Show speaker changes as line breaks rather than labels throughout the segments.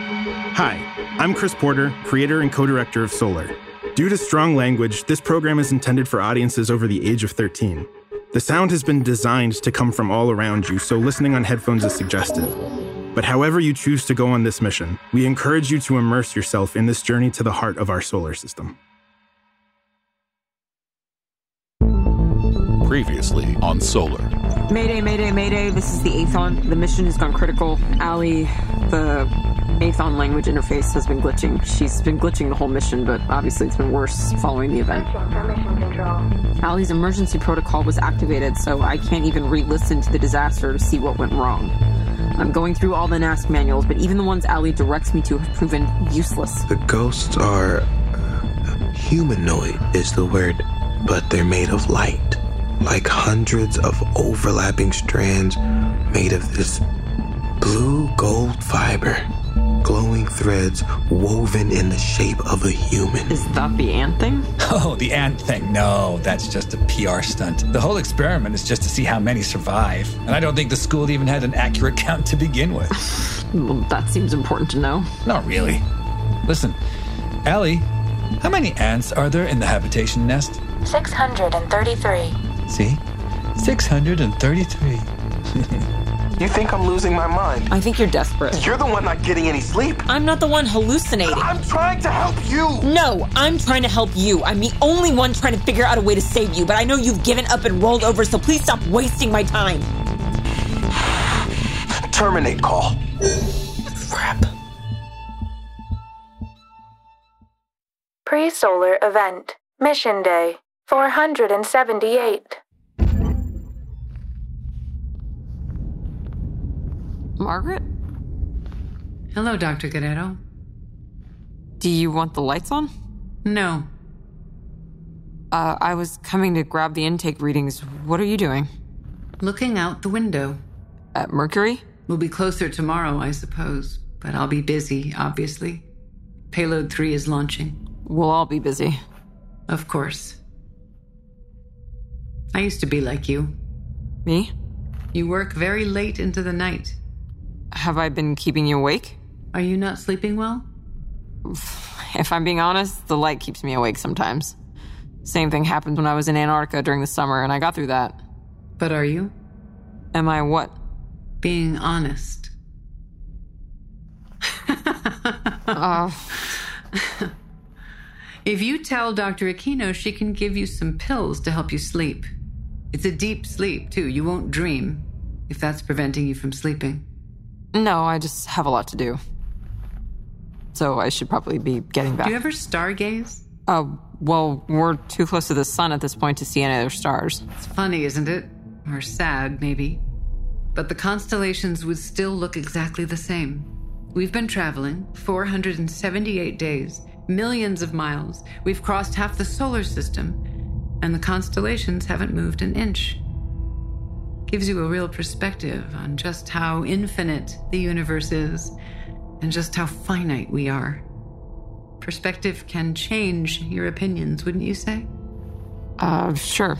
Hi, I'm Chris Porter, creator and co director of Solar. Due to strong language, this program is intended for audiences over the age of 13. The sound has been designed to come from all around you, so listening on headphones is suggested. But however you choose to go on this mission, we encourage you to immerse yourself in this journey to the heart of our solar system.
Previously on Solar.
Mayday, mayday, mayday. This is the Athon. The mission has gone critical. Allie, the Athon language interface has been glitching. She's been glitching the whole mission, but obviously it's been worse following the event.
Searching for mission control.
Allie's emergency protocol was activated, so I can't even re listen to the disaster to see what went wrong. I'm going through all the NASC manuals, but even the ones Allie directs me to have proven useless.
The ghosts are. uh, Humanoid is the word, but they're made of light. Like hundreds of overlapping strands made of this blue gold fiber. Glowing threads woven in the shape of a human.
Is that the ant thing?
Oh, the ant thing. No, that's just a PR stunt. The whole experiment is just to see how many survive. And I don't think the school even had an accurate count to begin with.
Well, that seems important to know.
Not really. Listen, Allie, how many ants are there in the habitation nest?
633.
See? 633.
You think I'm losing my mind?
I think you're desperate.
You're the one not getting any sleep.
I'm not the one hallucinating.
I'm trying to help you.
No, I'm trying to help you. I'm the only one trying to figure out a way to save you, but I know you've given up and rolled over, so please stop wasting my time.
Terminate call.
Pre solar event. Mission day. 478.
Margaret,
Hello, Dr. Guerrero.
do you want the lights on?
No,
Uh, I was coming to grab the intake readings. What are you doing?
looking out the window.
At Mercury?
We'll be closer tomorrow, I suppose, but I'll be busy, obviously. Payload 3 is launching,
We'll all be busy.
of course. I used to be like you.
Me?
You work very late into the night.
Have I been keeping you awake?
Are you not sleeping well?
If I'm being honest, the light keeps me awake sometimes. Same thing happened when I was in Antarctica during the summer, and I got through that.
But are you?
Am I what?
Being honest.
Uh,
If you tell Dr. Aquino, she can give you some pills to help you sleep. It's a deep sleep, too. You won't dream if that's preventing you from sleeping.
no, I just have a lot to do. So I should probably be getting
Do you
back.
ever stargaze?
Uh, well, we're too close to the sun at this point to see any other stars.
It's funny, isn't it? Or sad, maybe. But the constellations would still look exactly the same. We've been traveling 478 days, millions of miles. We've crossed half the solar system, and the constellations haven't moved an inch. Gives you a real perspective on just how infinite the universe is and just how finite we are. Perspective can change your opinions, wouldn't you say?
Uh, sure.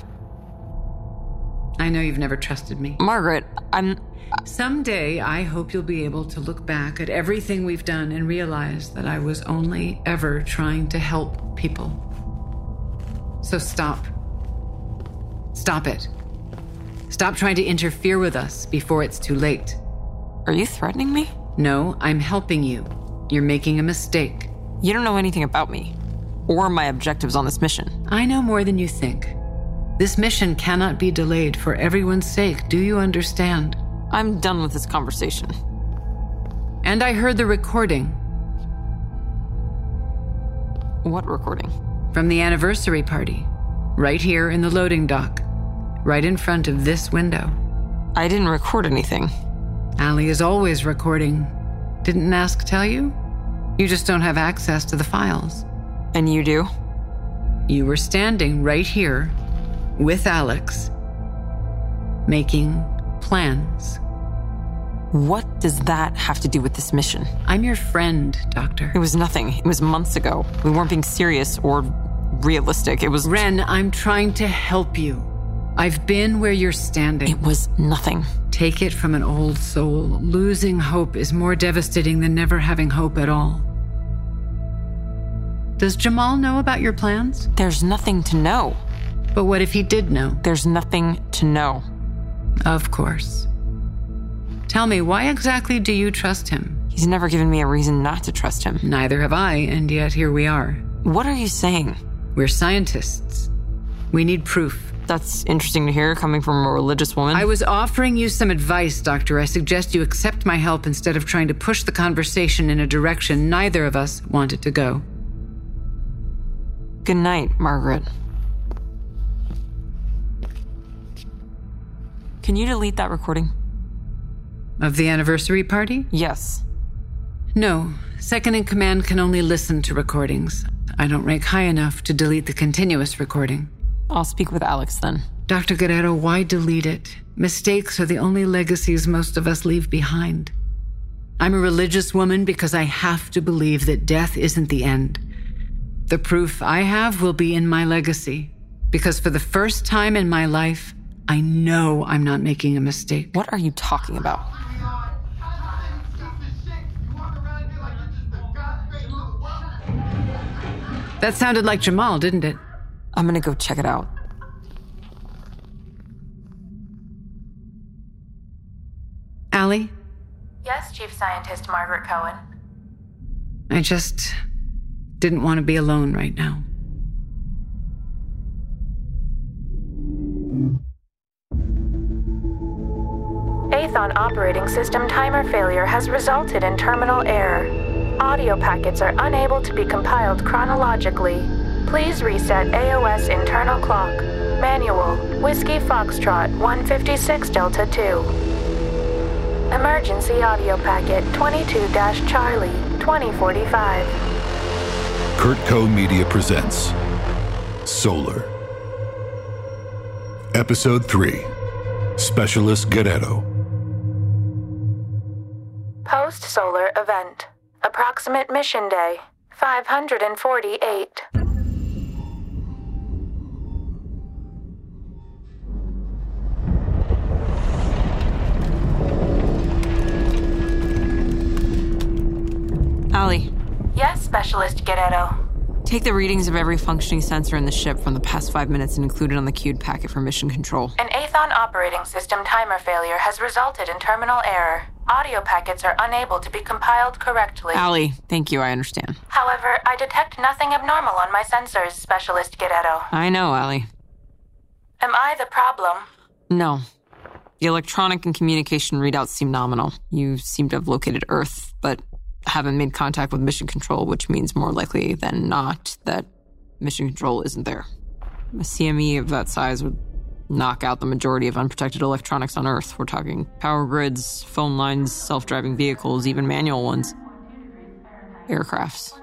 I know you've never trusted me.
Margaret, I'm.
Someday, I hope you'll be able to look back at everything we've done and realize that I was only ever trying to help people. So stop. Stop it. Stop trying to interfere with us before it's too late.
Are you threatening me?
No, I'm helping you. You're making a mistake.
You don't know anything about me or my objectives on this mission.
I know more than you think. This mission cannot be delayed for everyone's sake. Do you understand?
I'm done with this conversation.
And I heard the recording
What recording?
from the anniversary party, right here in the loading dock, right in front of this window.
I didn't record anything.
Allie is always recording. Didn't Nask tell you? You just don't have access to the files.
And you do?
You were standing right here with Alex, making plans.
What does that have to do with this mission?
I'm your friend, Doctor.
It was nothing. It was months ago. We weren't being serious or realistic. It was.
Ren, I'm trying to help you. I've been where you're standing.
It was nothing.
Take it from an old soul. Losing hope is more devastating than never having hope at all. Does Jamal know about your plans?
There's nothing to know.
But what if he did know?
There's nothing to know.
Of course. Tell me, why exactly do you trust him?
He's never given me a reason not to trust him.
Neither have I, and yet here we are.
What are you saying?
We're scientists. We need proof.
That's interesting to hear coming from a religious woman.
I was offering you some advice, Doctor. I suggest you accept my help instead of trying to push the conversation in a direction neither of us wanted to go.
Good night, Margaret. Can you delete that recording?
Of the anniversary party?
Yes.
No. Second in command can only listen to recordings. I don't rank high enough to delete the continuous recording.
I'll speak with Alex then.
Dr. Guerrero, why delete it? Mistakes are the only legacies most of us leave behind. I'm a religious woman because I have to believe that death isn't the end. The proof I have will be in my legacy, because for the first time in my life, I know I'm not making a mistake.
What are you talking about?
That sounded like Jamal, didn't it?
I'm gonna go check it out.
Allie,
Yes, Chief Scientist Margaret Cohen.
I just didn't want to be alone right now.
Athon operating system timer failure has resulted in terminal error. Audio packets are unable to be compiled chronologically. Please reset AOS internal clock. Manual Whiskey Foxtrot 156 Delta 2. Emergency audio packet 22 Charlie 2045.
Kurtco Media presents Solar. Episode 3 Specialist Guerrero.
Post solar event. Approximate mission day 548.
Allie,
Yes, Specialist Guerrero.
take the readings of every functioning sensor in the ship from the past five minutes and include it on the queued packet for mission control.
An Athon operating system timer failure has resulted in terminal error. Audio packets are unable to be compiled correctly.
Allie, thank you, I understand.
However, I detect nothing abnormal on my sensors, Specialist Guerrero.
I know, Allie.
Am I the problem?
No. The electronic and communication readouts seem nominal. You seem to have located Earth, but haven't made contact with Mission Control, which means more likely than not that Mission Control isn't there. A CME of that size would knock out the majority of unprotected electronics on Earth. We're talking power grids, phone lines, self driving vehicles, even manual ones, aircrafts.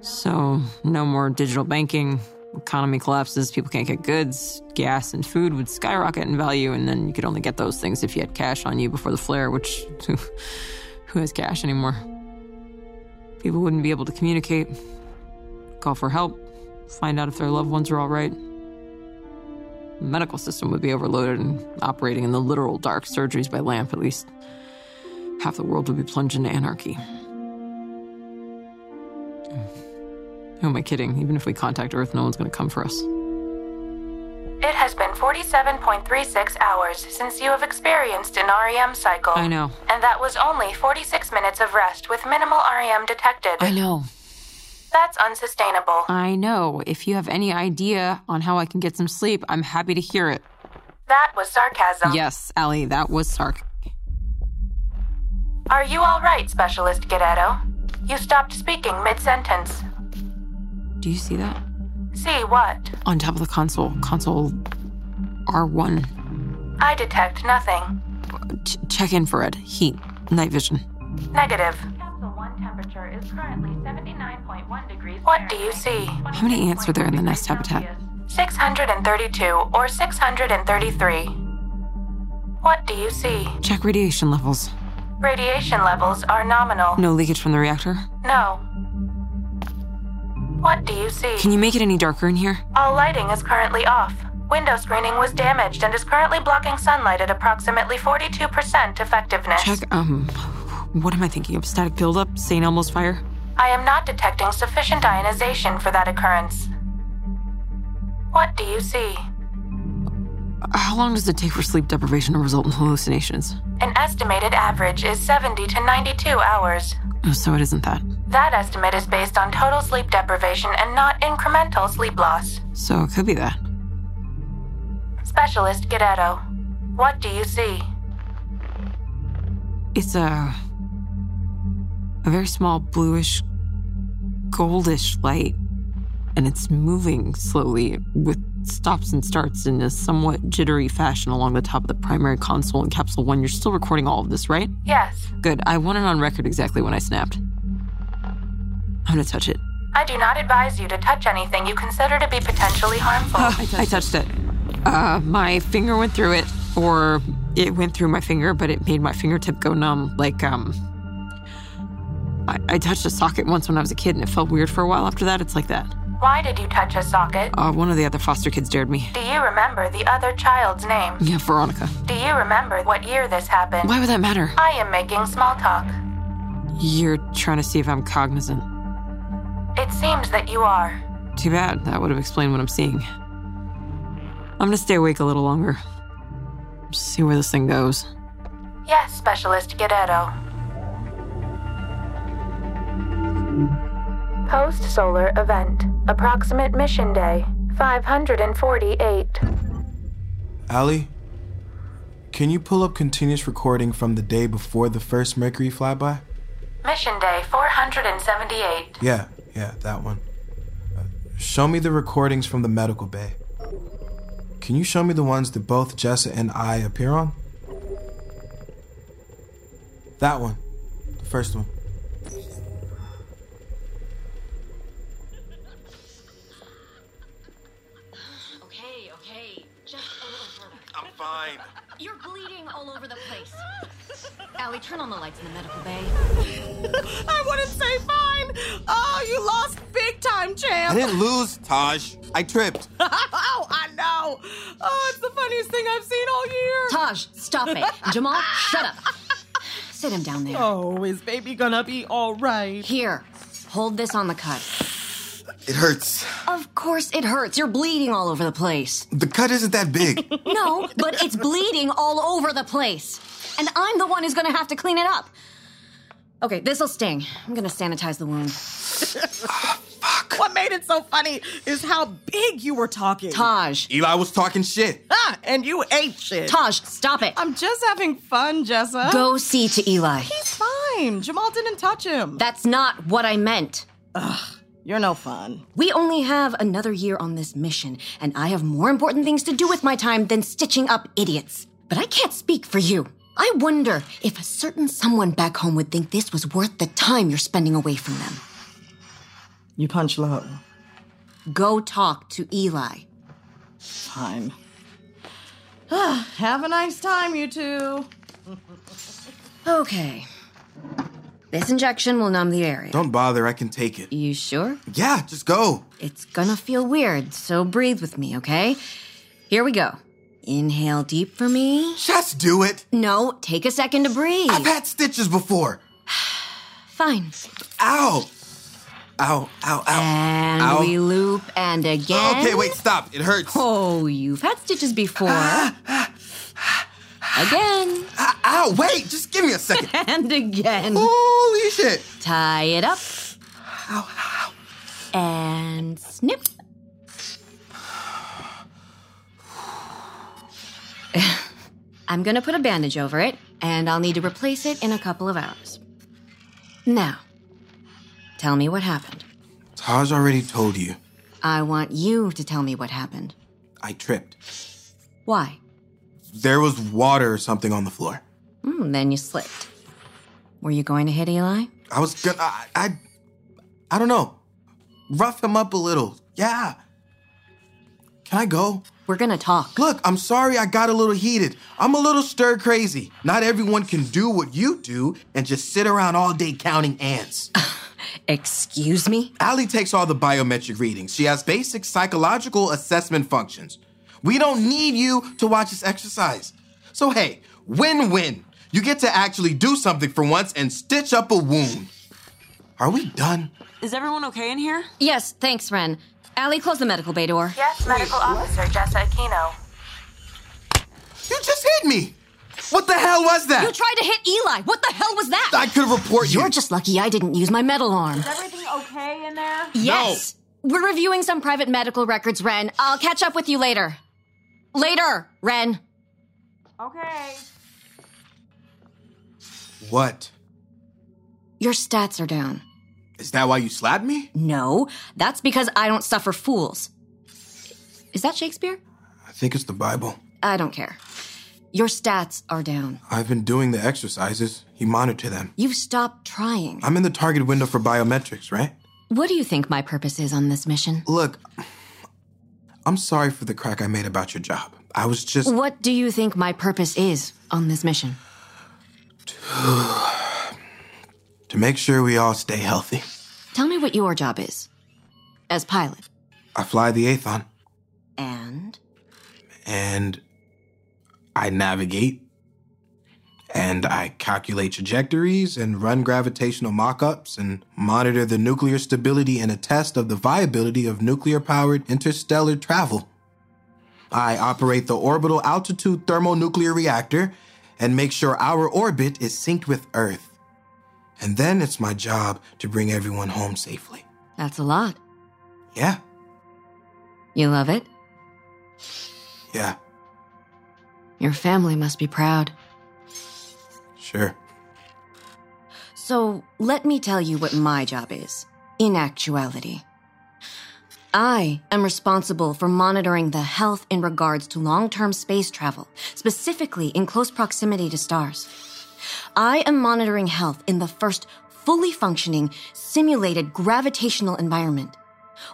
So, no more digital banking. Economy collapses, people can't get goods. Gas and food would skyrocket in value, and then you could only get those things if you had cash on you before the flare, which who has cash anymore? People wouldn't be able to communicate, call for help, find out if their loved ones are all right. The medical system would be overloaded and operating in the literal dark surgeries by lamp, at least. Half the world would be plunged into anarchy. Who am I kidding? Even if we contact Earth, no one's going to come for us.
It has been 47.36 hours since you have experienced an REM cycle.
I know.
And that was only 46 minutes of rest with minimal REM detected.
I know.
That's unsustainable.
I know. If you have any idea on how I can get some sleep, I'm happy to hear it.
that was sarcasm.
Yes, Allie, that was sarc.
Are you alright, Specialist Guerrero? You stopped speaking mid sentence.
Do you see that?
See what?
On top of the console. Console R1.
I detect nothing.
Ch- check infrared, heat, night vision.
Negative. Capsule 1 temperature is currently 79.1 degrees. What do you see?
How many ants are there in the nest habitat?
632 or 633. What do you see?
Check radiation levels.
Radiation levels are nominal.
No leakage from the reactor.
No. What do you see?
Can you make it any darker in here?
All lighting is currently off. Window screening was damaged and is currently blocking sunlight at approximately 42% effectiveness.
Check, um, what am I thinking of? Static buildup? St. Elmo's fire?
I am not detecting sufficient ionization for that occurrence. What do you see?
How long does it take for sleep deprivation to result in hallucinations?
An estimated average is 70 to 92 hours.
Oh, So it isn't that.
That estimate is based on total sleep deprivation and not incremental sleep loss.
So it could be that.
Specialist Guerrero, what do you see?
It's a a very small bluish goldish light and it's moving slowly with stops and starts in a somewhat jittery fashion along the top of the primary console in capsule 1. You're still recording all of this, right?
Yes,
Good. I want it on record exactly when I snapped. I'm going to touch it.
I do not advise you to touch anything you consider to be potentially harmful.
Ah, I touched it. Uh, my finger went through it, or it went through my finger, but it made my fingertip go numb. Like, um, I, I touched a socket once when I was a kid, and it felt weird for a while after that. It's like that.
Why did you touch a socket?
Uh, one of the other foster kids dared me.
Do you remember the other child's name?
Yeah, Veronica.
Do you remember what year this happened?
Why would that matter?
I am making small talk.
You're trying to see if I'm cognizant.
It seems that you are.
Too bad. That would have explained what I'm seeing. I'm gonna stay awake a little longer. See where this thing goes.
Yes, Specialist Guerrero. Post solar event. Approximate mission day 548.
Allie, can you pull up continuous recording from the day before the first Mercury flyby?
Mission day 478.
Yeah, yeah, that one. Uh, Show me the recordings from the medical bay. Can you show me the ones that both Jessa and I appear on? That one. The first one.
Okay, okay. Just a little further.
I'm fine.
You're bleeding all over the place. Allie, turn on the lights in the medical bay.
I wouldn't say fine. Oh, you lost big time, champ.
I didn't lose, Taj. I tripped.
oh, I know. Oh, it's the funniest thing I've seen all year.
Taj, stop it. Jamal, shut up. Sit him down there.
Oh, is baby gonna be all right?
Here, hold this on the cut.
It hurts.
Of course it hurts. You're bleeding all over the place.
The cut isn't that big.
No, but it's bleeding all over the place. And I'm the one who's gonna have to clean it up. Okay, this'll sting. I'm gonna sanitize the wound.
What made it so funny is how big you were talking.
Taj.
Eli was talking shit.
Ah, and you ate shit.
Taj, stop it.
I'm just having fun, Jessa.
Go see to Eli.
He's fine. Jamal didn't touch him.
That's not what I meant.
You're no fun.
We only have another year on this mission, and I have more important things to do with my time than stitching up idiots. But I can't speak for you. I wonder if a certain someone back home would think this was worth the time you're spending away from them.
You punch low.
Go talk to Eli.
Time. Ah, Have a nice time, you two.
Okay. This injection will numb the area.
Don't bother, I can take it.
You sure?
Yeah, just go.
It's gonna feel weird, so breathe with me, okay? Here we go. Inhale deep for me.
Just do it.
No, take a second to breathe.
I've had Oh. stitches before.
Fine.
Ow. Ow, ow, ow.
And
Ow.
we loop and again.
Okay, wait, stop. It hurts.
Oh, you've had stitches before. again
Ah, Ow, wait, just give me a second.
and again.
Holy shit.
Tie it up. And snip. I'm gonna put a bandage over it, and I'll need to replace it in a couple of hours. Now, tell me what happened.
Taj already told you.
I want you to tell me what happened.
I tripped.
Why?
There was water or something on the floor.
Hmm, then you slipped. Were you going to hit Eli?
I was gonna. I, I. I don't know. Rough him up a little. Yeah. Can I go?
We're gonna talk.
Look, I'm sorry I got a little heated. I'm a little stir crazy. Not everyone can do what you do and just sit around all day counting ants.
Excuse me?
Allie takes all the biometric readings. She has basic psychological assessment functions. We don't need you to watch this exercise. So, hey, win win. You get to actually do something for once and stitch up a wound. Are we done?
Is everyone okay in here? Yes, thanks, Ren. Allie, close the medical bay door.
Yes, Medical Officer Jessa Aquino.
You just hit me! What the hell was that?
You tried to hit Eli. What the hell was that?
I could report you.
You're just lucky I didn't use my metal arm.
everything okay in there?
Yes. We're reviewing some private medical records, Ren. I'll catch up with you later. Later, Ren.
Okay.
What?
Your stats are down.
Is that why you slapped me?
No, that's because I don't suffer fools. Is that Shakespeare?
I think it's the Bible.
I don't care. Your stats are down.
I've been doing the exercises. You monitor them.
You've stopped trying.
I'm in the target window for biometrics, right?
What do you think my purpose is on this mission?
Look, I'm sorry for the crack I made about your job. I was just.
What do you think my purpose is on this mission?
to make sure we all stay healthy.
Tell me what your job is. As pilot.
I fly the Athon
And?
And I navigate. And I calculate trajectories and run gravitational mock ups and monitor the nuclear stability and a test of the viability of nuclear powered interstellar travel. I operate the orbital altitude thermonuclear reactor and make sure our orbit is synced with Earth. And then it's my job to bring everyone home safely.
That's a lot.
Yeah,
You love it?
yeah,
Your family must be proud.
sure.
So, let me tell you what my job is. In actuality, I am responsible for monitoring the health in regards to long term space travel, specifically in close proximity to stars. I am monitoring health in the first fully functioning, simulated gravitational environment.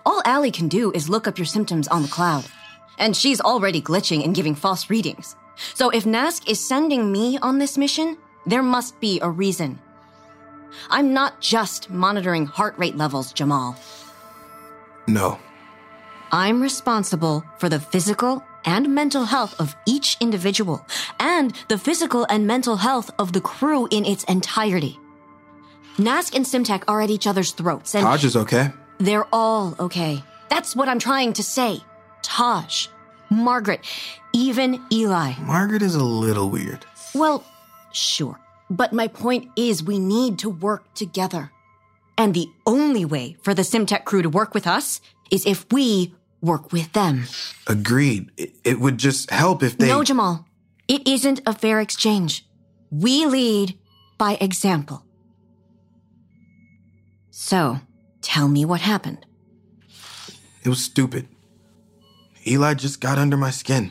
All Allie can do is look up your symptoms on the cloud. And she's already glitching and giving false readings. So if NASC is sending me on this mission, there must be a reason. I'm not just monitoring heart rate levels, Jamal.
No.
I'm responsible for the physical and mental health of each individual and the physical and mental health of the crew in its entirety. NASC and Simtek are at each other's throats and
Hodge is okay.
they're all okay. That's what I'm trying to say. Taj, Margaret, even Eli.
Margaret is a little weird.
Well, sure. But my point is, we need to work together. And the only way for the Simtech crew to work with us is if we work with them.
Agreed. It, it would just help if they.
No, Jamal, it isn't a fair exchange. We lead by example. So, tell me what happened.
It was stupid. Eli just got under my skin.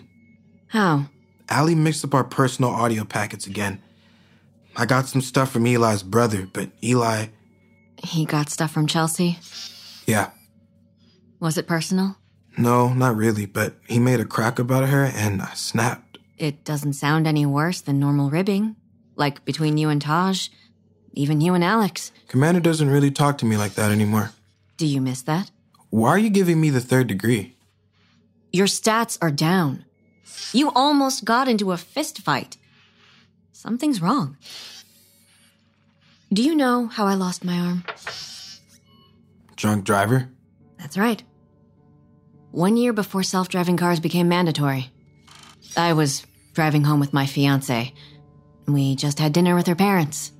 How?
Allie mixed up our personal audio packets again. I got some stuff from Eli's brother, but Eli,
He got stuff from Chelsea?
yeah,
Was it personal?
no, not really, but he made a crack about her and I snapped.
It doesn't sound any worse than normal ribbing. Like between you and Taj, even you and Alex.
Commander doesn't really talk to me like that anymore.
Do you miss that?
Why are you giving me the third degree?
Your stats are down. You almost got into a fist fight. Something's wrong. Do you know how I lost my arm?
Drunk driver?
That's right. One year before self driving cars became mandatory, I was driving home with my fiance. We just had dinner with her parents.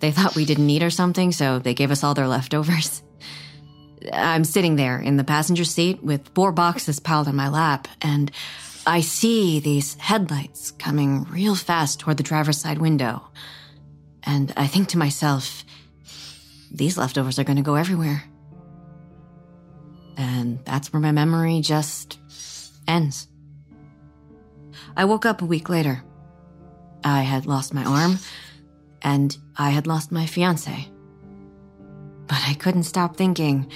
they thought we didn't eat or something, so they gave us all their leftovers. I'm sitting there in the passenger seat with four boxes piled on my lap, and I see these headlights coming real fast toward the driver's side window. And I think to myself, these leftovers are going to go everywhere. And that's where my memory just ends. I woke up a week later. I had lost my arm, and I had lost my fiance. But I couldn't stop thinking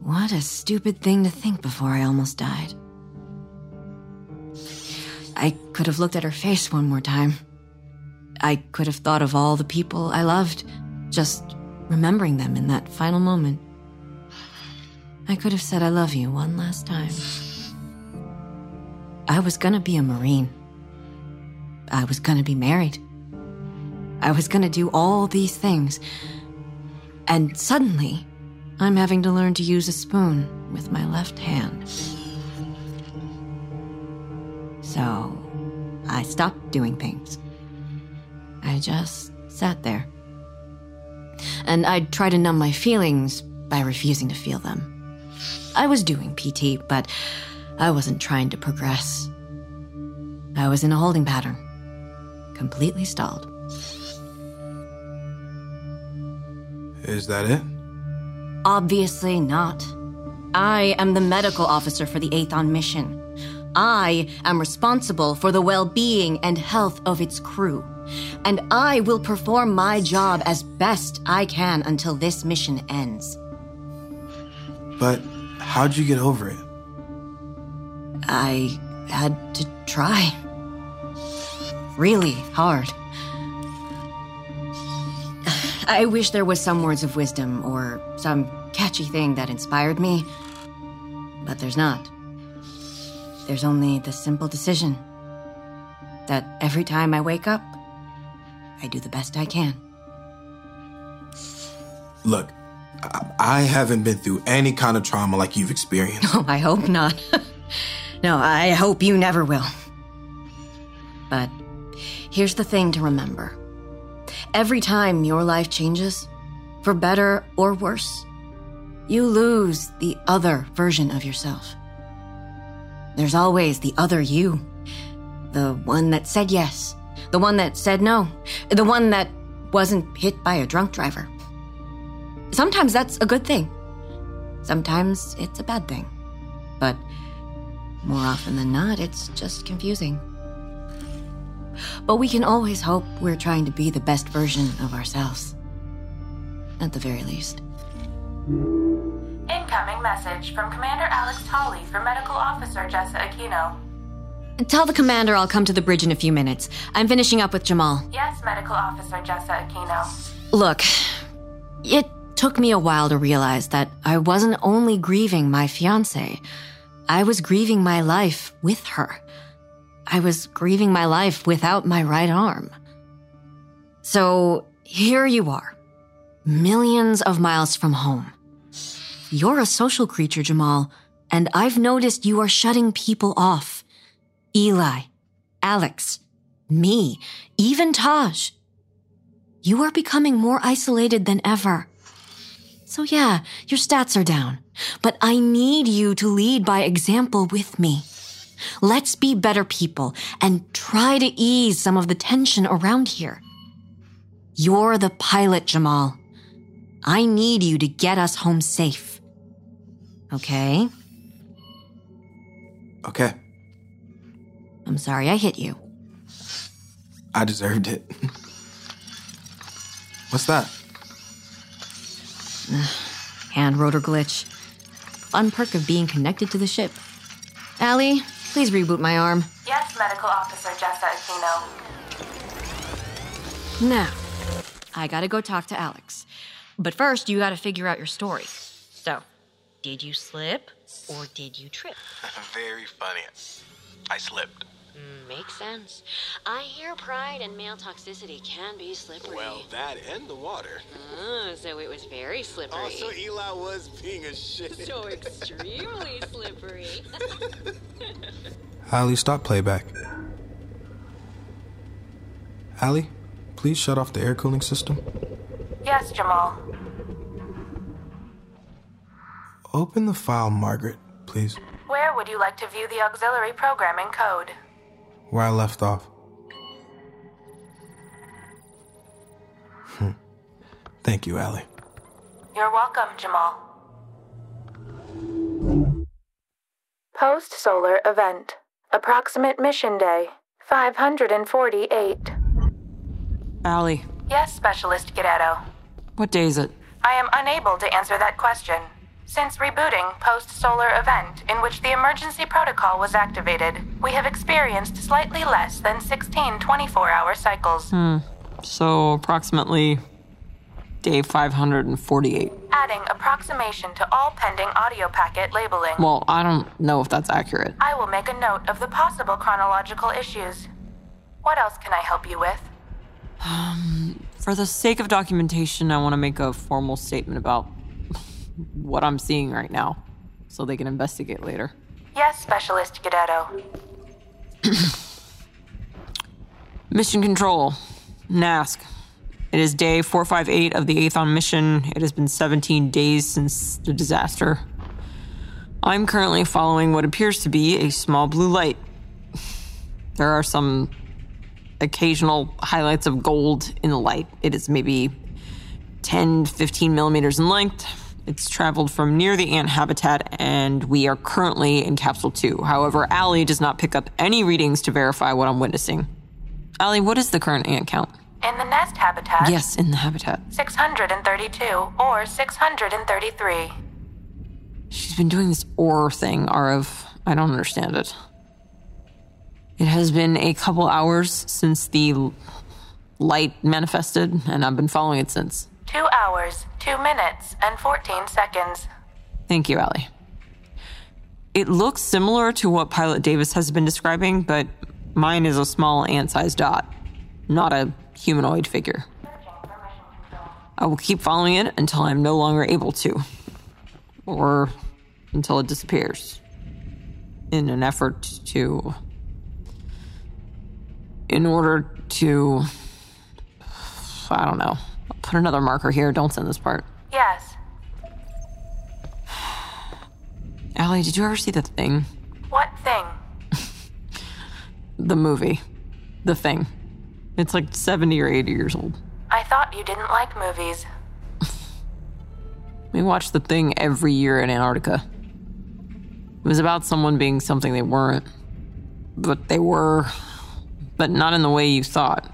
what a stupid thing to think before I almost died. I could have looked at her face one more time. I could have thought of all the people I loved, just remembering them in that final moment. I could have said I love you one last time. I was gonna be a Marine. I was gonna be married. I was gonna do all these things.
And suddenly, I'm having to learn to use a spoon with my left hand. So, I stopped doing things. I just sat there. And I'd try to numb my feelings by refusing to feel them. I was doing PT, but I wasn't trying to progress. I was in a holding pattern, completely stalled.
Is that it?
Obviously not.
I am the medical officer for the Athon mission. I am responsible for the well being and health of its crew. And I will perform my job as best I can until this mission ends.
But how'd you get over it?
I had to try. Really hard.
I wish there was some words of wisdom or some catchy thing that inspired me, but there's not. There's only the simple decision that every time I wake up, I do the best I can.
Look, I, I haven't been through any kind of trauma like you've experienced.
Oh, I hope not. no, I hope you never will. But here's the thing to remember every time your life changes, for better or worse, you lose the other version of yourself. There's always the other you. The one that said yes. The one that said no. The one that wasn't hit by a drunk driver. Sometimes that's a good thing. Sometimes it's a bad thing. But more often than not, it's just confusing. But we can always hope we're trying to be the best version of ourselves. At the very least.
Incoming message from Commander Alex Tolley for Medical Officer Jessa Aquino.
Tell the commander I'll come to the bridge in a few minutes. I'm finishing up with Jamal.
Yes, Medical Officer Jessa Aquino.
Look, it took me a while to realize that I wasn't only grieving my fiance, I was grieving my life with her. I was grieving my life without my right arm. So here you are, millions of miles from home. You're a social creature, Jamal, and I've noticed you are shutting people off. Eli, Alex, me, even Taj. You are becoming more isolated than ever. So yeah, your stats are down, but I need you to lead by example with me. Let's be better people and try to ease some of the tension around here. You're the pilot, Jamal. I need you to get us home safe. Okay?
Okay,
I'm sorry I hit you.
I deserved it. What's that?
Hand rotor glitch. Fun perk of being connected to the ship. Allie, please reboot my arm.
Yes, Medical Officer Jessa Aquino.
Now, I gotta go talk to Alex. But first, you gotta figure out your story. So, did you slip or did you trip?
Very funny. I slipped.
Mm, Makes sense. I hear pride and male toxicity can be slippery.
Well, that and the water.
Oh, so it was very slippery.
Also, Eli was being a shit.
So extremely slippery.
Allie, stop playback. Allie, please shut off the air cooling system.
Yes, Jamal.
Open the file, Margaret, please,
Where would you like to view the auxiliary programming code?
where I left off. Hmm. Thank you, Allie.
You're welcome, Jamal. Post solar event. Approximate mission day 548.
Allie,
Yes, Specialist Guerrero.
what day is it?
I am unable to answer that question. Since rebooting post solar event, in which the emergency protocol was activated, we have experienced slightly less than 16 24 hour cycles.
Hmm. So approximately day 548.
Adding approximation to all pending audio packet labeling.
Well, I don't know if that's accurate.
I will make a note of the possible chronological issues. What else can I help you with?
Um,
For the sake of documentation, I want to make a formal statement about what I'm seeing right now so they can investigate later.
Yes, Specialist Gadetto.
Mission Control, NASC. It is day 458 of the Athon mission. It has been 17 days since the disaster. I'm currently following what appears to be a small blue light. There are some occasional highlights of gold in the light. It is maybe 10 15 millimeters in length. It's traveled from near the ant habitat, and we are currently in capsule two. However, Allie does not pick up any readings to verify what I'm witnessing. Allie, what is the current ant count?
In the nest habitat,
Yes, in the habitat.
632 or 633.
She's been doing this or thing, Arav. I don't understand it. It has been a couple hours since the l- light manifested, and I've been following it since.
Two hours, two minutes, and 14 seconds.
Thank you, Allie. It looks similar to what Pilot Davis has been describing, but mine is a small ant sized dot, not a humanoid figure. I will keep following it until I'm no longer able to, or until it disappears, in an effort to. In order to. I don't know. I'll put another marker here. Don't send this part.
Yes.
Allie, did you ever see the thing?
What thing?
the movie, The Thing. It's like 70 or 80 years old.
I thought you didn't like movies.
We watched The Thing every year in Antarctica. It was about someone being something they weren't, but they were, but not in the way you thought,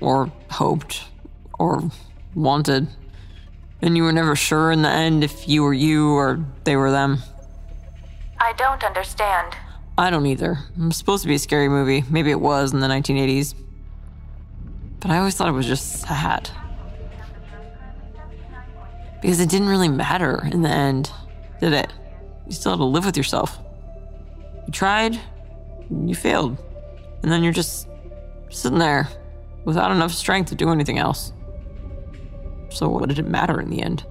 or hoped, or wanted. And you were never sure in the end if you were you or they were them.
I don't understand.
I don't either. It was supposed to be a scary movie. Maybe it was in the 1980s. But I always thought it was just sad. Because it didn't really matter in the end, did it? You still had to live with yourself. You tried, you failed. And then you're just sitting there without enough strength to do anything else. So, what did it matter in the end?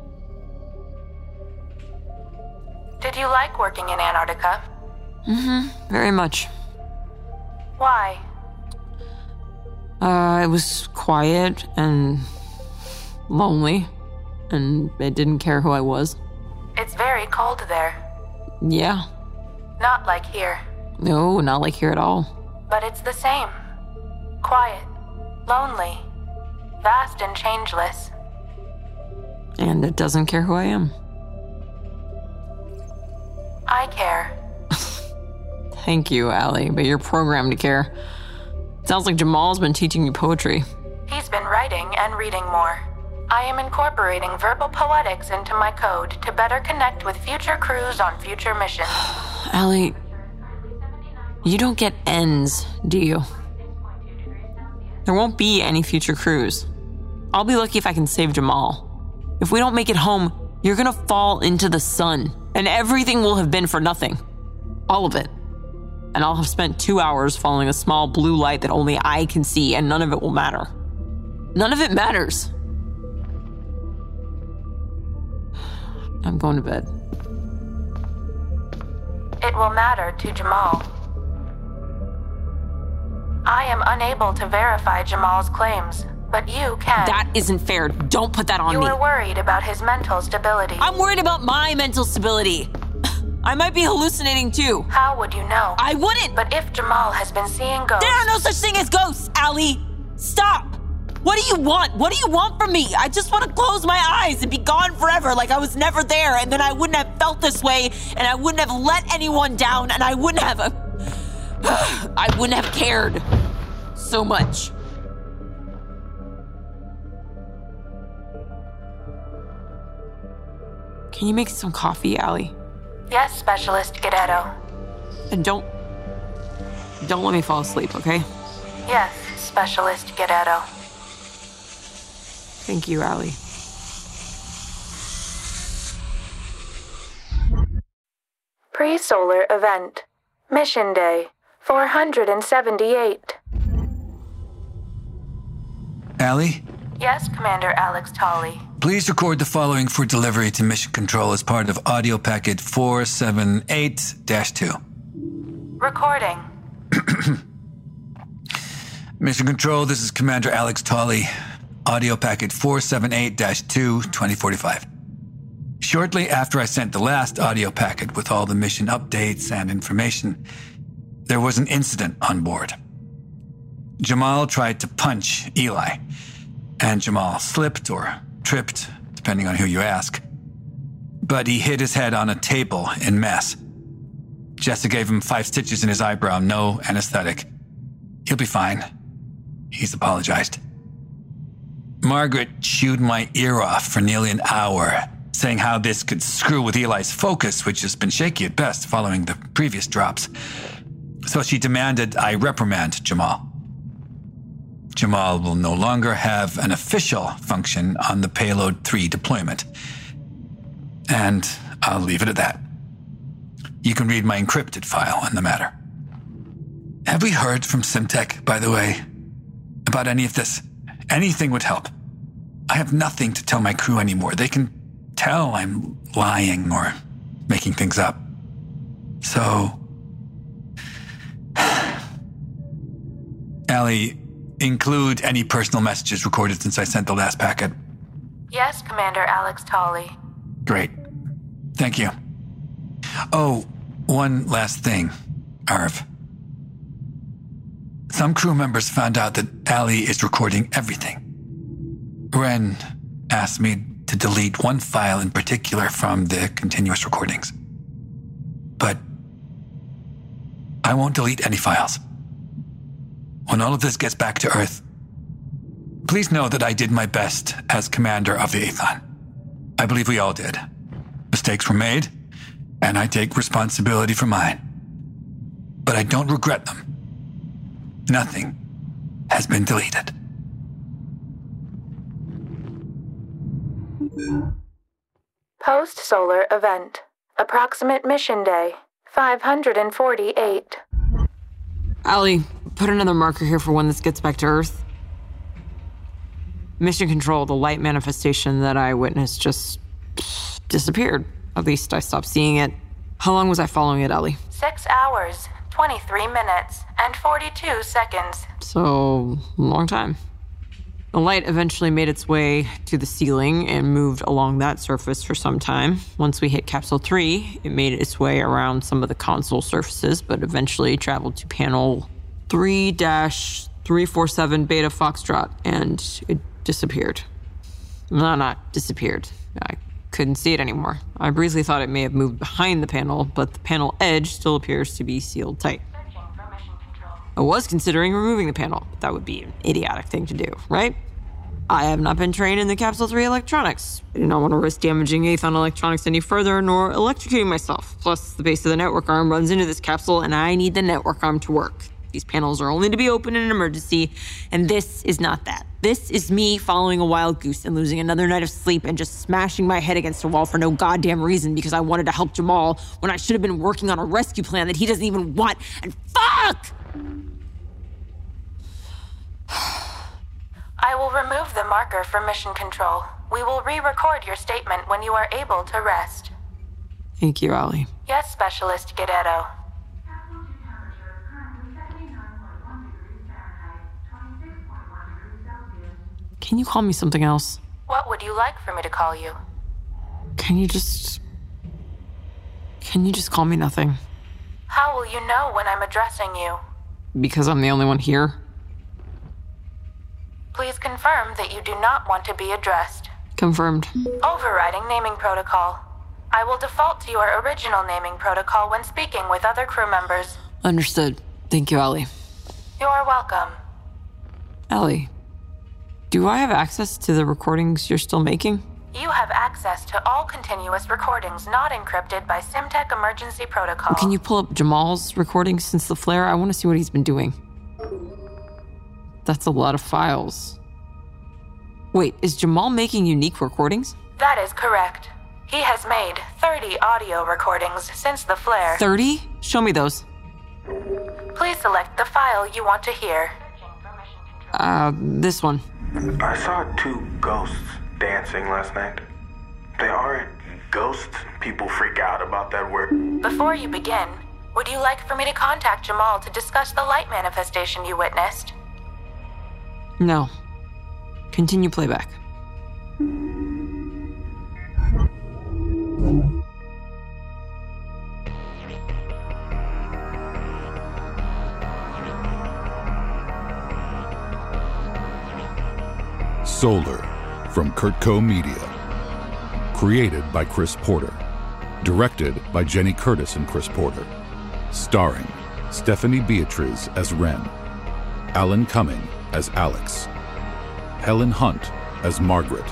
Did you like working in Antarctica?
Mm hmm. Very much.
Why?
Uh, it was quiet and lonely, and it didn't care who I was.
It's very cold there.
Yeah,
Not like here,
no, not like here at all.
but it's the same. Quiet, lonely, vast and changeless.
And it doesn't care who I am.
I care.
Thank you, Allie, but you're programmed to care. Sounds like Jamal's been teaching you poetry.
He's been writing and reading more. I am incorporating verbal poetics into my code to better connect with future crews on future missions.
Allie, you don't get ends, do you? There won't be any future crews. I'll be lucky if I can save Jamal. If we don't make it home, you're gonna fall into the sun, and everything will have been for nothing. All of it. And I'll have spent two hours following a small blue light that only I can see, and none of it will matter. None of it matters. I'm going to bed.
It will matter to Jamal. I am unable to verify Jamal's claims, but you can.
That isn't fair. Don't put that on
you
me.
were worried about his mental stability.
I'm worried about my mental stability. I might be hallucinating too.
How would you know?
I wouldn't.
But if Jamal has been seeing ghosts,
There are no such thing as ghosts, Allie. Stop. What do you want? What do you want from me? I just want to close my eyes and be gone forever like I was never there, and then I wouldn't have felt this way, and I wouldn't have let anyone down, and I wouldn't have. I wouldn't have cared so much. Can you make some coffee, Allie?
Yes, Specialist Gadetto.
And don't don't let me fall asleep, okay?
Yes, Specialist Gadetto.
Thank you, Allie.
Pre solar event. Mission day 478.
Allie?
Yes, Commander Alex Tolley.
Please record the following for delivery to Mission Control as part of audio packet 478 2.
Recording.
Mission Control, this is Commander Alex Tolley, audio packet 478 2 2045. Shortly after I sent the last audio packet with all the mission updates and information, there was an incident on board. Jamal tried to punch Eli, and Jamal slipped or tripped, depending on who you ask. But he hit his head on a table in mess. Jessa gave him five stitches in his eyebrow, no anesthetic. He'll be fine. He's apologized. Margaret chewed my ear off for nearly an hour, saying how this could screw with Eli's focus, which has been shaky at best following the previous drops. So she demanded I reprimand Jamal. Jamal will no longer have an official function on the Payload 3 deployment. And I'll leave it at that. You can read my encrypted file on the matter. Have we heard from Simtech, by the way, about any of this? Anything would help. I have nothing to tell my crew anymore. They can tell I'm lying or making things up. So. Allie, include any personal messages recorded since I sent the last packet.
Yes, Commander Alex Tolley.
Great. Thank you. Oh, one last thing, Arv. Some crew members found out that Ali is recording everything. Ren asked me to delete one file in particular from the continuous recordings. But I won't delete any files. When all of this gets back to Earth, please know that I did my best as commander of the Athon. I believe we all did. Mistakes were made, and I take responsibility for mine. But I don't regret them. Nothing has been deleted.
Post solar event. Approximate mission day 548.
Allie, put another marker here for when this gets back to Earth. Mission Control, the light manifestation that I witnessed just disappeared. At least I stopped seeing it. How long was I following it, Allie?
6 hours, 23 minutes, and 42 seconds.
So, long time. The light eventually made its way to the ceiling and moved along that surface for some time. Once we hit capsule 3, it made its way around some of the console surfaces, but eventually traveled to panel 3 347 Beta Foxtrot and it disappeared. No, not disappeared. I couldn't see it anymore. I briefly thought it may have moved behind the panel, but the panel edge still appears to be sealed tight. I was considering removing the panel, but that would be an idiotic thing to do, right? I have not been trained in the Capsule 3 electronics. I do not want to risk damaging Athon electronics any further nor electrocuting myself. Plus, the base of the network arm runs into this capsule, and I need the network arm to work. These panels are only to be open in an emergency, and this is not that. This is me following a wild goose and losing another night of sleep and just smashing my head against a wall for no goddamn reason because I wanted to help Jamal when I should have been working on a rescue plan that he doesn't even want. And fuck!
I will remove the marker for mission control. We will re record your statement when you are able to rest.
Thank you, Ollie.
Yes, Specialist Gadetto.
Can you call me something else?
What would you like for me to call you?
Can you just. Can you just call me nothing?
How will you know when I'm addressing you?
Because I'm the only one here?
Please confirm that you do not want to be addressed.
Confirmed.
Overriding naming protocol. I will default to your original naming protocol when speaking with other crew members.
Understood. Thank you, Ellie.
You're welcome.
Ellie, do I have access to the recordings you're still making?
You have access to all continuous recordings not encrypted by Simtech Emergency Protocol.
Can you pull up Jamal's recordings since the flare? I want to see what he's been doing. That's a lot of files. Wait, is Jamal making unique recordings?
That is correct. He has made 30 audio recordings since the flare.
30? Show me those.
Please select the file you want to hear.
Uh, this one.
I saw two ghosts dancing last night. They aren't ghosts. People freak out about that word.
Before you begin, would you like for me to contact Jamal to discuss the light manifestation you witnessed?
No. Continue playback.
Solar from Kurtco Media. Created by Chris Porter. Directed by Jenny Curtis and Chris Porter. Starring Stephanie Beatriz as Wren, Alan Cumming as Alex, Helen Hunt as Margaret,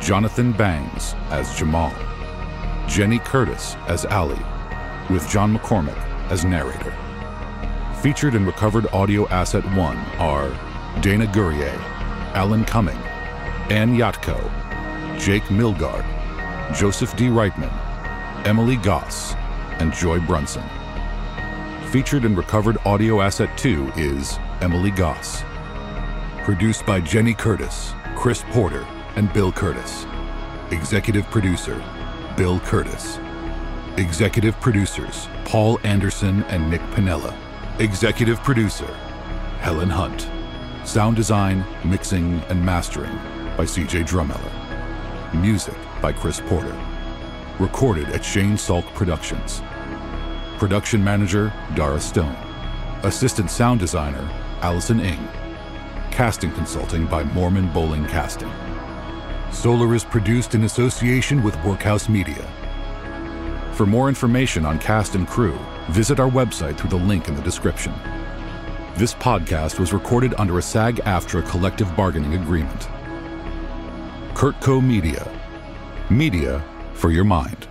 Jonathan Bangs as Jamal, Jenny Curtis as Allie, with John McCormick as narrator. Featured in Recovered Audio Asset 1 are Dana Gurrier, Alan Cumming, Ann Yatko, Jake Milgard, Joseph D. Reitman, Emily Goss, and Joy Brunson. Featured in Recovered Audio Asset 2 is Emily Goss. Produced by Jenny Curtis, Chris Porter, and Bill Curtis. Executive producer, Bill Curtis. Executive producers, Paul Anderson and Nick Pinella. Executive producer, Helen Hunt. Sound design, mixing, and mastering by CJ Drumeller. Music by Chris Porter. Recorded at Shane Salk Productions. Production manager, Dara Stone. Assistant sound designer, Allison Ing. Casting consulting by Mormon Bowling Casting. Solar is produced in association with Workhouse Media. For more information on cast and crew, visit our website through the link in the description. This podcast was recorded under a SAG AFTRA collective bargaining agreement. Kurtco Media. Media for your mind.